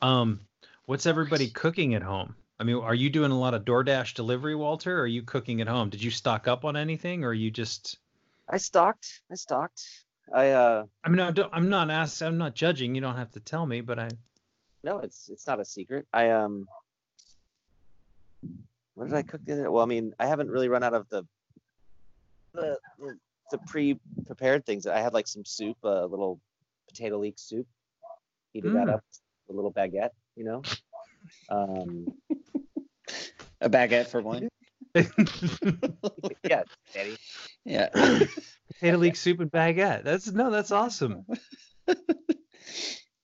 S2: Um, what's everybody cooking at home? I mean, are you doing a lot of DoorDash delivery, Walter? Or are you cooking at home? Did you stock up on anything, or are you just?
S3: I stalked. I stalked. I uh
S2: I mean, I don't, I'm not asking. I'm not judging. You don't have to tell me, but I.
S3: no, it's it's not a secret. I um What did I cook the other? Well, I mean, I haven't really run out of the the the, the pre-prepared things. I had like some soup, a little potato leek soup. Heated that
S2: Mm.
S3: up, with a little baguette, you know. Um,
S4: A baguette for one.
S2: Potato
S3: yeah, Daddy.
S4: Yeah.
S2: leek soup and baguette. That's no, that's awesome. What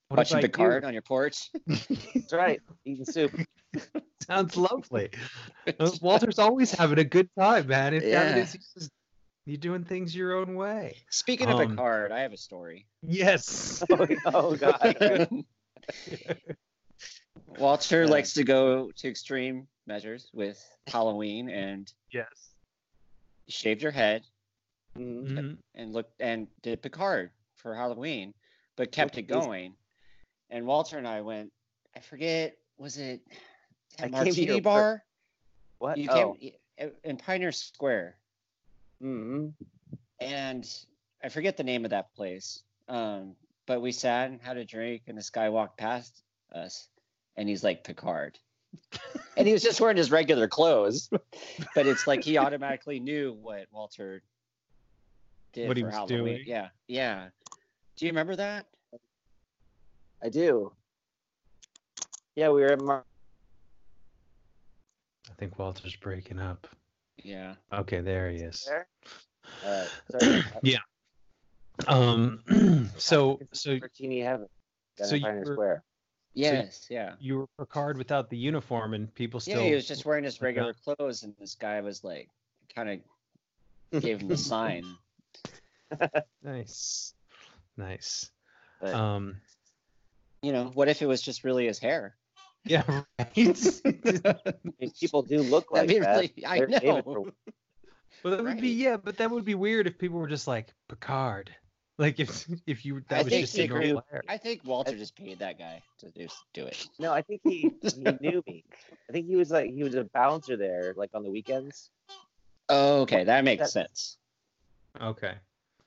S4: Watching
S2: about you?
S4: Picard on your porch.
S3: That's right. Eating soup.
S2: Sounds lovely.
S3: Oh,
S2: Uh, Walter's always having a good time, man. It's yeah.
S4: Yeah.
S2: you're doing things your own way.
S4: Speaking of
S2: Um,
S4: Picard, I have a story.
S2: Yes.
S3: Oh, oh God.
S4: Walter
S3: Yeah.
S4: likes to go to extreme measures with Halloween and
S2: yes.
S4: you shaved your head
S3: Mhm.
S2: Mhm.
S4: and looked and did Picard for Halloween, but kept it
S3: Jeez.
S4: going. And Walter and I went, I forget, was it
S3: I
S4: a
S3: came to your
S4: martini
S3: work.
S4: bar?
S3: What?
S4: You
S3: oh.
S4: came in Pioneer Square.
S3: mhm.
S4: and I forget the name of that place. Um, but we sat and had a drink, and this guy walked past us, and he's like Picard, and he was just wearing his regular clothes, but it's like he automatically knew what Walter did
S2: What
S4: for
S2: he was
S4: Halloween.
S2: doing.
S4: Yeah, yeah. Do you remember that?
S3: I do. Yeah, we were at Mar-
S2: I think Walter's breaking up.
S4: Yeah.
S2: Okay, there he is.
S3: there. All right. uh, Sorry. about
S2: Yeah. Um. so so
S3: that. Martini Heaven. down
S2: So
S3: in
S2: you
S3: Pioneer
S2: were-
S3: Square.
S4: Yes. Yeah.
S2: you were Picard without the uniform, and people still.
S4: Yeah, he was just wearing his
S2: Yeah.
S4: regular clothes, and this guy was like, kind of gave him the sign.
S2: nice, nice.
S3: Right.
S2: Um.
S4: You know, what if it was just really his hair?
S2: Yeah. Right.
S3: I mean, people do look
S4: That'd
S3: like
S4: be
S3: that.
S4: really- I
S3: They're famous
S4: know.
S3: for-
S2: Well, that would be
S4: Right.
S2: yeah, but that would be weird if people were just like Picard, like if if you that
S4: I
S2: was
S4: think
S2: just
S4: they
S2: a normal hair.
S4: I think Walter just paid that guy to do, do it.
S3: no, I think he, he knew me. I think he was like he was a bouncer there, like on the weekends.
S4: Oh, okay, that makes
S3: That's-
S4: sense.
S2: Okay.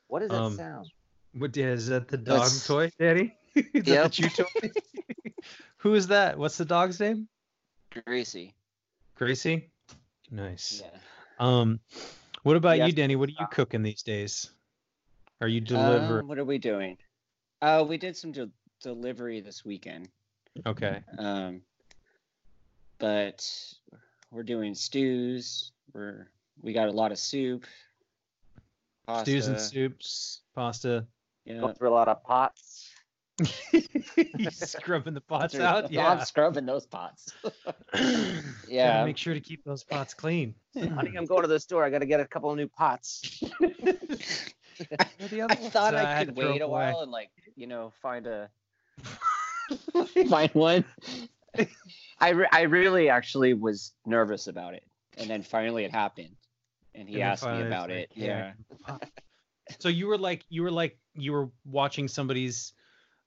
S3: What does that
S2: Um,
S3: sound?
S2: What is that? The dog
S4: That's-
S2: toy, Daddy? is that
S4: Yep.
S2: the chew toy? Who is that? What's the dog's name?
S4: Greasy.
S2: Gracie. Nice.
S4: Yeah. Uh,
S2: Um, what about
S3: Yeah.
S2: you, Danny? What are you cooking these days? Are you delivering?
S4: Um, what are we doing? Oh, we did some de- delivery this weekend,
S2: okay.
S4: um, but we're doing stews. We're we got a lot of soup, pasta.
S2: Stews and soups, pasta.
S4: Yeah.
S3: Going through a lot of pots.
S2: you scrubbing the pots out.
S4: I'm
S2: Yeah.
S4: scrubbing those pots.
S2: Gotta
S4: yeah.
S2: Make sure to keep those pots clean.
S3: Honey, I'm going to the store. I got to get a couple of new pots.
S2: Where the other
S4: I
S2: ones
S4: thought
S2: that
S4: I
S2: had
S4: could
S2: to throw
S4: wait a
S2: away?
S4: while and like you know find a find one. I re- I really actually was nervous about it, and then finally it happened, and he
S2: And then
S4: asked me
S2: finally it's
S4: about
S2: like,
S4: it.
S2: yeah,
S4: Yeah.
S2: So you were like, you were like, you were watching somebody's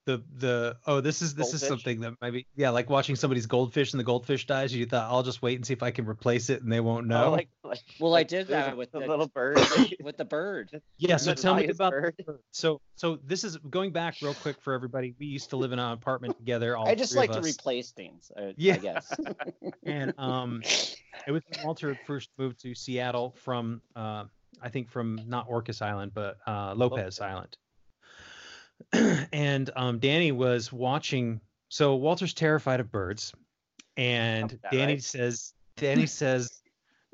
S2: the the oh this is this is
S3: Goldfish?
S2: something that maybe yeah like watching somebody's goldfish and the goldfish dies you thought I'll just wait and see if I can replace it and they won't know
S3: Oh, like, like
S4: Well, I
S3: like
S4: did
S3: there's
S4: that
S3: a-
S4: with
S3: a
S4: the
S3: little bird.
S4: with the bird.
S2: yeah so
S3: Little
S2: tell me
S3: biased
S2: about
S3: bird.
S2: so so this is going back real quick for everybody we used to live in an apartment together all
S4: I just
S2: three of
S4: like to
S2: us.
S4: replace things. I,
S2: Yeah.
S4: I guess.
S2: and um, it was when Walter had first moved to Seattle from, uh, I think from not Orcas Island, but uh, Lopez Island. and um, Danny was watching. So Walter's terrified of birds, and
S3: Sounds about
S2: Danny
S3: right.
S2: says, Danny says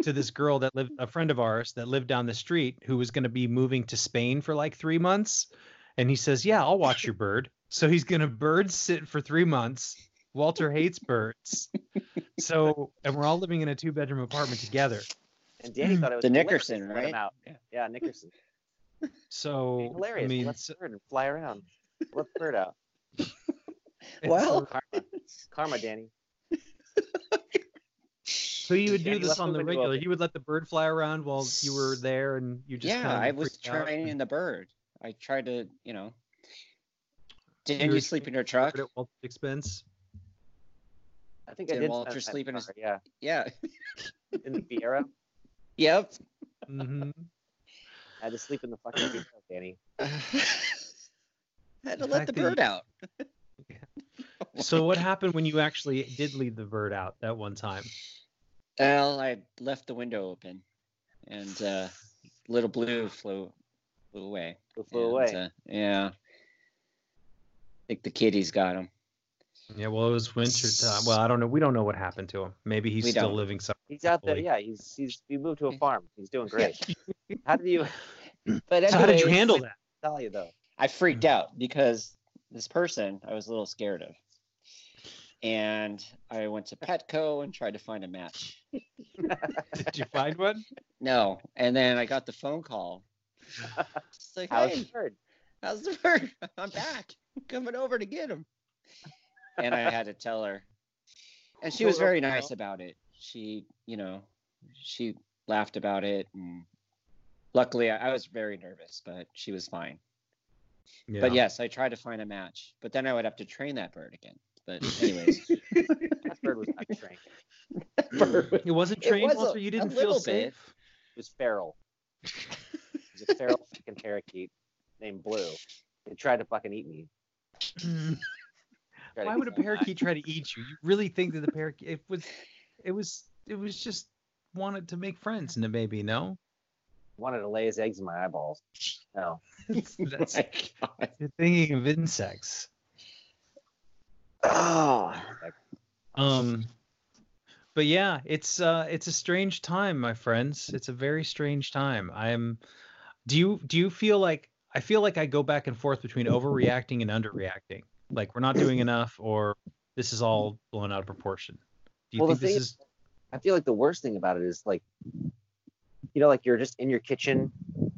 S2: to this girl that lived, a friend of ours that lived down the street, who was going to be moving to Spain for like three months, and he says, "Yeah, I'll watch your bird." So he's going to bird sit for three months. Walter hates birds. So, and we're all living in a two bedroom apartment together.
S3: And Danny thought it was
S4: The
S3: hilarious
S4: Nickerson,
S3: to let him
S4: right?
S3: out. Yeah, Nickerson.
S2: So,
S3: hilarious.
S2: I mean,
S3: Let's
S2: so-
S3: bird fly around. Let's bird out.
S4: well,
S3: Karma, karma, Danny.
S2: so you would
S3: Yeah,
S2: do
S3: you
S2: this
S3: left
S2: on
S3: the
S2: the
S3: window
S2: regular.
S3: open.
S2: You would let the bird fly around while you were there, and you just
S4: yeah,
S2: kinda
S4: I was
S2: freaked out.
S4: training the bird. I tried to, you know.
S2: You
S4: Didn't
S2: were
S4: you sleep in your truck?
S2: Bird at Walter's expense.
S3: I think I
S4: Did
S3: did
S4: Walter
S3: spend that
S4: sleep in his-
S3: summer, yeah
S4: Yeah.
S3: in the Viera.
S4: Yep.
S2: Mhm.
S3: I had to sleep in the fucking Viera, Danny.
S4: had to
S2: The
S4: let
S2: fact
S4: the
S2: that you-
S4: bird out.
S2: So, what happened when you actually did leave the bird out that one time?
S4: Well, I left the window open, and uh, little blue flew flew away.
S3: It flew
S4: And,
S3: away.
S4: uh, yeah, I think the kitties got him.
S2: Yeah, well, it was winter time. Well, I don't know. We don't know what happened to him. Maybe he's
S4: We
S2: still
S4: don't.
S2: living somewhere.
S3: He's out there.
S2: Hopefully.
S3: Yeah, he's he's he moved to a farm. He's doing great. How did you?
S4: But
S2: So how did you
S4: anyways,
S2: handle that?
S3: Tell you though.
S4: I freaked out because this person I was a little scared of. And I went to Petco and tried to find a match.
S2: Did you find one?
S4: No. And then I got the phone call. It's like,
S3: How's
S4: hey,
S3: the bird?
S4: how's the bird? I'm back. Coming over to get him. And I had to tell her. And she was very nice about it. She, you know, she laughed about it. And luckily, I, I was very nervous, but she was fine. But yes, I tried to find a match, but then I would have to train that bird again. But anyways,
S3: That bird was not trained. It
S4: bird-
S2: It wasn't
S4: It
S2: trained,
S4: was a-
S2: Walter.
S4: a
S2: You didn't feel
S4: little
S2: safe.
S4: bit.
S3: was feral. It was a feral fucking parakeet named Blue. It tried to fucking eat me. Tried to
S2: Why
S3: eat
S2: would a
S3: me.
S2: parakeet try to eat you? You really think that the parakeet it was it was it was just wanted to make friends and maybe no?
S3: wanted to lay his eggs in my eyeballs? No.
S2: That's
S4: like,
S2: you're thinking of insects.
S3: Ah.
S4: oh,
S2: Um but yeah, it's uh it's a strange time, my friends. It's a very strange time. I'm do you do you feel like I feel like I go back and forth between overreacting and underreacting. Like we're not doing enough or this is all blown out of proportion. Do you
S3: Well, the
S2: think this
S3: thing
S2: is
S3: I feel like the worst thing about it is like, you know, like you're just in your kitchen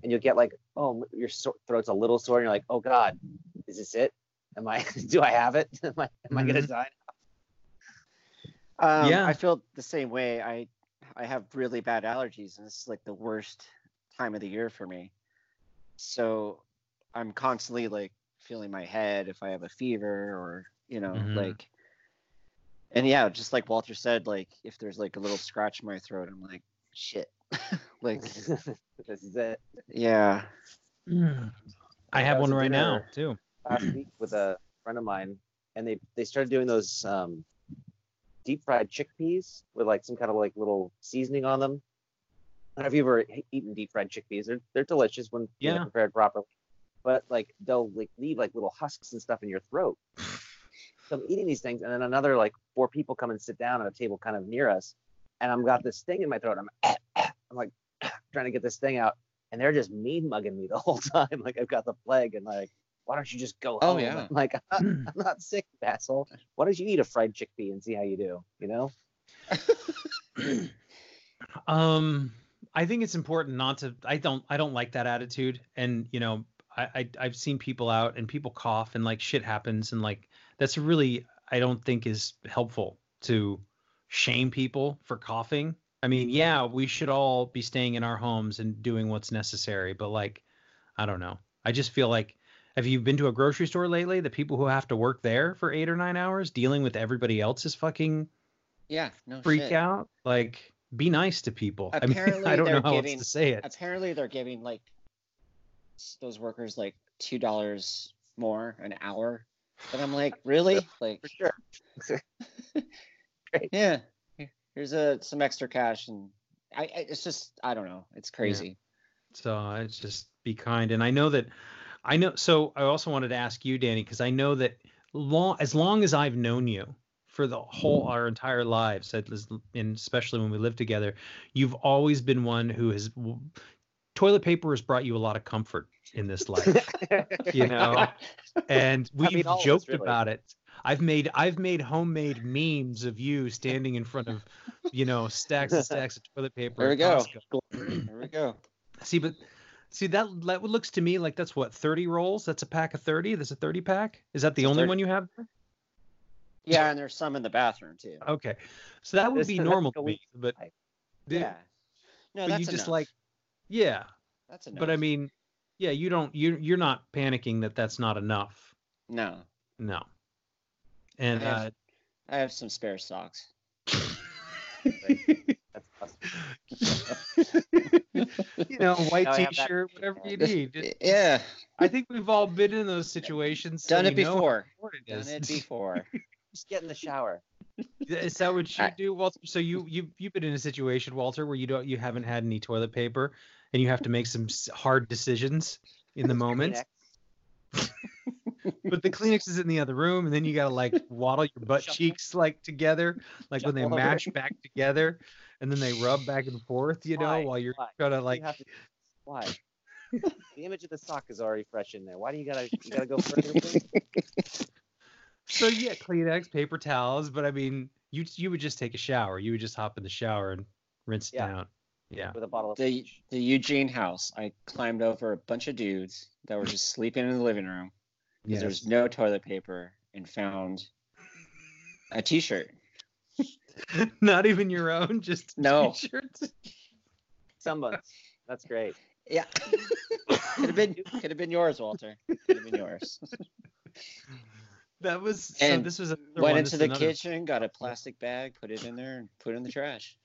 S3: and you'll get like, oh, your so- throat's a little sore, and you're like, oh God, is this it? Am I? Do I have it? Am I? Am I gonna
S2: Mhm.
S3: die?
S4: um,
S2: Yeah.
S4: I feel the same way. I I have really bad allergies, and this is like the worst time of the year for me. So I'm constantly like feeling my head if I have a fever or you know
S2: Mhm.
S4: like. And yeah, just like Walter said, like if there's like a little scratch in my throat, I'm like shit. like
S3: this is it.
S4: yeah,
S2: I have
S3: That was
S2: one
S3: a
S2: right now
S3: dinner.
S2: too.
S3: last week with a friend of mine, and they they started doing those um, deep fried chickpeas with like some kind of like little seasoning on them. I don't know if you've ever h- eaten deep fried chickpeas. They're they're delicious when you know,
S2: Yeah.
S3: prepared properly, but like they'll like leave like little husks and stuff in your throat. so I'm eating these things, and then another like four people come and sit down at a table kind of near us, and I'm got this thing in my throat. And I'm I'm like trying to get this thing out, and they're just mean mugging me the whole time. Like I've got the plague, and like why don't you just go
S4: Oh,
S3: home?
S4: yeah.
S3: I'm like I'm not, I'm not sick, you asshole. Why don't you eat a fried chickpea and see how you do? You know?
S2: Um, I think it's important not to. I don't. I don't like that attitude. And you know, I, I I've seen people out and people cough and like shit happens and like that's really I don't think is helpful to shame people for coughing. I mean, yeah, we should all be staying in our homes and doing what's necessary, but like, I don't know. I just feel like have you been to a grocery store lately? The people who have to work there for eight or nine hours dealing with everybody else's fucking
S4: yeah, no
S2: freak
S4: Oh, shit.
S2: out. Like, be nice to people. I mean,
S4: Apparently
S2: I don't
S4: they're
S2: know how
S4: giving-
S2: else to say it.
S4: apparently they're giving like s- those workers like two dollars more an hour and i'm like really like
S3: For sure.
S4: yeah here- here's a some extra cash and i, I it's just i don't know it's crazy
S2: So it's just be kind. And I know that, I know. So I also wanted to ask you, Danny, because I know that long as long as I've known you for the whole our entire lives, that is- and especially when we lived together, you've always been one who has toilet paper has brought you a lot of comfort in this life. you know. and we've
S3: mean, all of us,
S2: joked
S3: really.
S2: about it. I've made I've made homemade memes of you standing in front of, you know, stacks and stacks of toilet paper.
S4: There we
S2: at
S4: go.
S2: Costco.
S4: here we go
S2: See, but see that that looks to me like that's what thirty rolls. That's a pack of thirty. That's a thirty pack. Is that the
S4: It's a
S2: only
S4: 30.
S2: one you have?
S4: yeah and there's some in the bathroom too
S2: Okay, so that would
S3: This-
S2: be
S3: that's
S2: normal
S3: like a
S2: to me. But
S3: supply.
S2: the-
S4: yeah no
S2: but
S4: that's
S2: you just
S4: enough.
S2: like yeah.
S4: that's enough
S2: But I mean, yeah, you don't you you're not panicking that that's not enough.
S4: no
S2: No. And
S4: I have-
S2: uh,
S4: i have some spare socks
S3: That's awesome.
S2: you know, white
S3: Now I have that-
S2: t-shirt, whatever you need. It-
S4: yeah
S2: I think we've all been in those situations. so
S4: done it
S2: we know how
S4: before
S2: important
S4: done
S2: is.
S4: it before
S3: Just get in the shower.
S2: Is that what you
S4: I-
S2: do, Walter? So you you you've been in a situation, Walter, where you don't you haven't had any toilet paper, and you have to make some s- hard decisions in the moment. But the Kleenex is in the other room, and then you gotta like waddle your butt
S3: Shuffle.
S2: cheeks like together, like when they
S3: Shuffle.
S2: mash back together, and then they rub back and forth, you know,
S3: Why?
S2: while you're
S3: Why?
S2: gonna
S3: Why do
S2: like.
S3: you have to- why? the image of the sock is already fresh in there. Why do you gotta you gotta go further? with it?
S2: So yeah, Kleenex, paper towels, but I mean, you you would just take a shower. You would just hop in the shower and rinse it
S3: Yeah.
S2: down. Yeah.
S3: with a bottle of
S4: the the Eugene house. I climbed over a bunch of dudes that were just sleeping in the living room because there was no toilet paper and found a T-shirt.
S2: Not even your own, just
S4: No.
S2: t-shirts.
S3: someone's. That's great.
S4: Yeah, could have been could have been yours, Walter. Could have been yours.
S2: That was so.
S4: And
S2: This was another
S4: Went
S2: one,
S4: into
S2: this
S4: the
S2: another-
S4: kitchen, got a plastic bag, put it in there, and put it in the trash.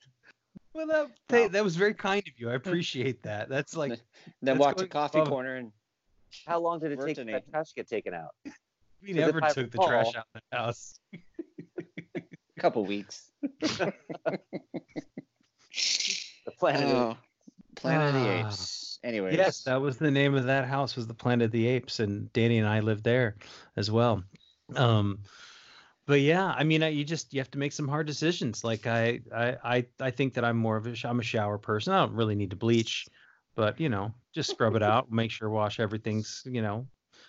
S2: Well, that hey, that was very kind of you. I appreciate that. That's like
S4: Then
S2: That's Oh.
S4: walked to
S2: going
S4: coffee
S2: above-
S4: corner and
S3: How long did it take for
S4: Virginate.
S3: that trash to get taken out?
S2: we
S3: To the
S2: never
S3: type
S2: took
S3: of
S2: the trash
S3: Paul.
S2: out of the house.
S4: a couple weeks.
S3: The planet.
S2: Uh,
S3: is-
S4: Oh, Planet of the
S2: Ah.
S4: Apes. Anyways,
S2: Yes, that was the name of that house was the Planet of the Apes, and Danny and I lived there as well. Um, but yeah, I mean, I, you just you have to make some hard decisions. Like I, I, I, I think that I'm more of a sh- I'm a shower person. I don't really need to bleach, but you know, just scrub it out, make sure wash everything's you know.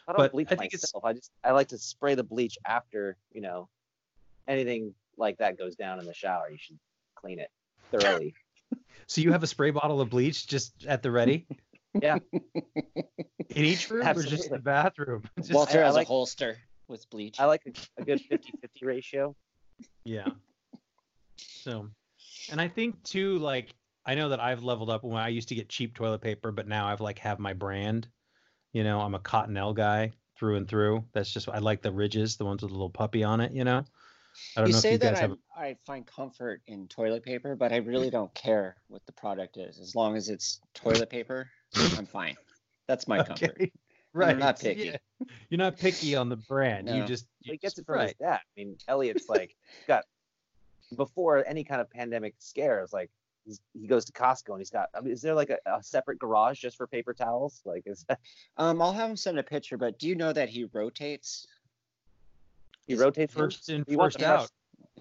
S3: I
S2: but
S3: don't bleach
S2: I think it's-
S3: myself. I just I like to spray the bleach after you know anything like that goes down in the shower. You should clean it thoroughly.
S2: So you have a spray bottle of bleach just at the ready.
S3: Yeah.
S2: In each room or just
S3: Absolutely.
S2: the bathroom? Just-
S4: Walter
S3: I- I
S4: has
S3: like-
S4: a holster with bleach.
S3: I like a, a good 50-50 ratio.
S2: Yeah. So, and I think too, like I know that I've leveled up when I used to get cheap toilet paper, but now I've like have my brand. You know, I'm a Cottonelle guy through and through. That's just I like the ridges, the ones with the little puppy on it. You know. I don't
S4: you
S2: know
S4: say
S2: if you
S4: that
S2: guys
S4: I,
S2: have.
S4: I find comfort in toilet paper, but I really don't care what the product is. As long as it's toilet paper, I'm fine. That's my comfort.
S2: Okay. Right.
S4: not picky.
S2: yeah. You're not picky on the brand. You
S4: No.
S2: just. You
S3: He gets it
S2: just-
S3: from his
S2: right.
S3: dad. I mean, Elliot's like got before any kind of pandemic scare. It's like he's, he goes to Costco and he's got. I mean, is there like a, a separate garage just for paper towels? Like, is that,
S4: Um, I'll have him send a picture, but do you know that he rotates?
S3: he rotates them?
S2: First in,
S3: You want
S2: first
S3: the fresh-
S2: out.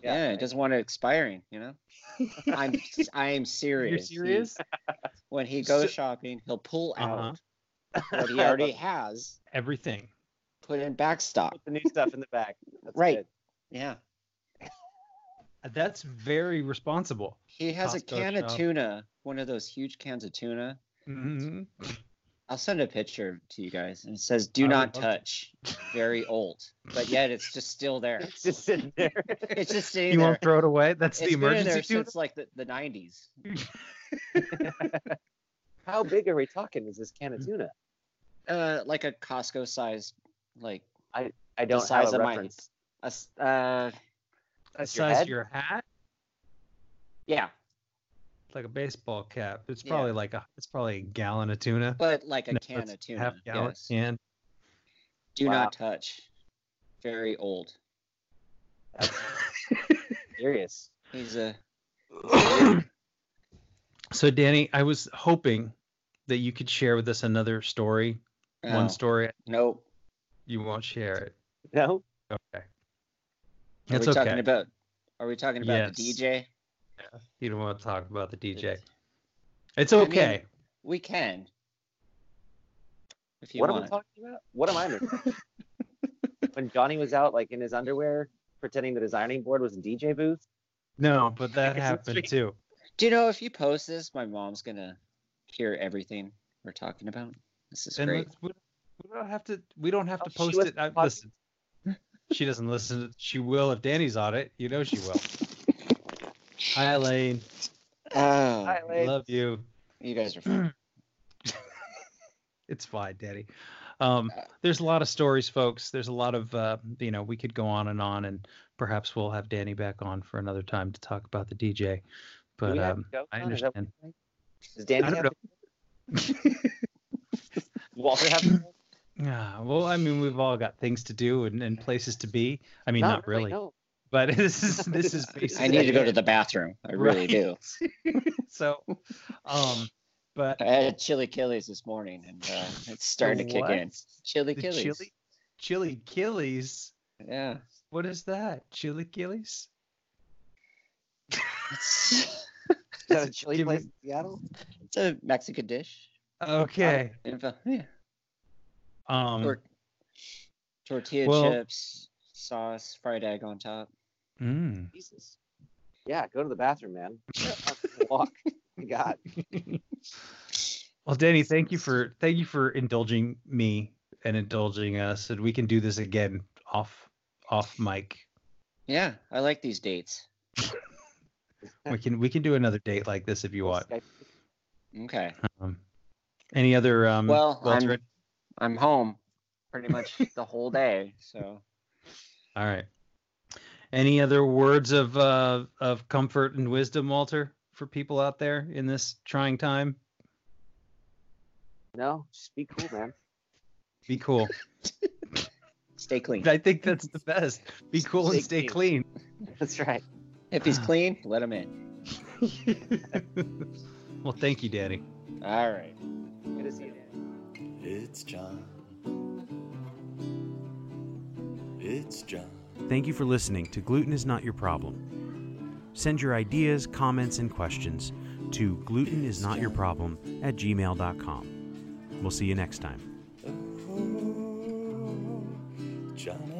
S4: Yeah, he doesn't want it expiring. You know, I'm I am serious.
S2: You're
S4: He-
S2: serious?
S4: when he goes
S2: So-
S4: shopping, he'll pull
S2: Uh-huh.
S4: out what he already has,
S2: Everything.
S4: put in backstop.
S3: Put the new stuff in the back. That's
S4: Right.
S3: good.
S4: Yeah,
S2: That's very responsible.
S4: he has a
S2: Costco
S4: can of
S2: shop.
S4: tuna, one of those huge cans of tuna.
S2: Mhm.
S4: I'll send a picture to you guys, and it says "Do
S2: I would
S4: not
S2: love to.
S4: touch." Very old, but yet it's just still there.
S3: It's just sitting there.
S4: It's just sitting
S2: You
S4: there.
S2: won't throw it away. That's
S4: It's
S2: the
S4: been in there
S2: emergency. tuna?
S4: since like the, the 90s.
S3: How big are we talking? Is this can of tuna?
S4: Uh, like a Costco size, like
S3: I don't
S4: size
S3: have a
S4: of my-
S3: reference.
S4: a s- uh,
S2: the
S3: your
S2: size
S3: head?
S2: of your hat,
S4: yeah,
S2: It's like a baseball cap. It's
S4: Yeah.
S2: probably like a it's probably a gallon of tuna.
S4: but like a
S2: No,
S4: can
S2: it's
S4: of tuna.
S2: half gallon
S4: yes.
S2: can.
S4: Do
S3: Wow.
S4: not touch. Very old.
S3: Serious.
S4: He's a
S2: so Danny, I was hoping that you could share with us another story.
S4: oh,
S2: One story.
S4: Nope.
S2: You won't share it.
S3: No.
S2: Okay.
S4: Are
S2: That's
S4: we
S2: okay.
S4: talking about? Are we talking about the
S2: Yes.
S4: DJ?
S2: you don't want to talk about the DJ. It's okay.
S4: We can. If you
S3: What am I
S4: want.
S3: talking about? What am I missing? when Johnny was out, like in his underwear, pretending that his ironing board was a DJ booth.
S2: no, but that
S3: It's
S2: happened too.
S4: Do you know if you post this, my mom's gonna hear everything we're talking about. This is
S2: And
S4: great.
S2: let's- we, we don't have to. We don't have
S3: Oh,
S2: to
S3: she
S2: post
S3: wasn't
S2: it. I,
S3: pod-
S2: listen, she doesn't listen. She will if Danny's on it. You know she will. Hi, Elaine.
S4: Oh,
S3: Hi, Elaine.
S2: Love you.
S4: you guys are fun.
S2: It's fine, Danny. Um, there's a lot of stories, folks. There's a lot of uh, you know. We could go on and on, and perhaps we'll have Danny back on for another time to talk about the DJ.
S3: Do
S2: But
S3: we have
S2: um,
S3: to go?
S2: I
S3: John? Is that-
S2: understand.
S3: Does
S2: I
S3: Danny
S2: don't
S3: have
S2: know.
S3: to- Walter have? to-
S2: Yeah. Well, I mean, we've all got things to do and, and places to be. I mean,
S3: No,
S2: not really.
S3: No.
S2: but this is this is basically
S4: I need to go to the bathroom. I really do.
S2: so um but
S4: I had chili killies this morning, and uh, it's starting to
S2: what?
S4: kick in. Chili
S2: the
S4: killies.
S2: chili chili killies
S4: Yeah.
S2: what is that chili killies
S4: It's,
S3: Is that a chili
S2: Give me-
S3: place in Seattle?
S4: it's a Mexican dish.
S2: okay
S4: In fact, Yeah.
S2: um
S4: Tor- tortilla
S2: well-
S4: chips, sauce, fried egg on top.
S2: mm.
S3: Jesus. Yeah, go to the bathroom, man. Walk. God.
S2: well danny thank you for thank you for indulging me and indulging us and we can do this again off off mic
S4: Yeah, I like these dates.
S2: we can we can do another date like this if you want
S3: Skype.
S4: Okay.
S2: um, any other um
S4: Well,
S2: welter-
S4: I'm- I'm home pretty much the whole day, so
S2: all right any other words of uh of comfort and wisdom walter for people out there in this trying time
S3: No, just be cool, man.
S2: be cool
S4: stay clean.
S2: i think that's the best be cool and
S3: Stay
S2: stay clean
S3: That's right.
S4: If he's clean, let him in.
S2: well thank you danny
S4: All right.
S3: Good to see you.
S1: It's John. It's John.
S5: Thank you for listening to Gluten is Not Your Problem. Send your ideas, comments, and questions to glutenisnotyourproblem at gmail.com. We'll see you next time.
S1: Oh, John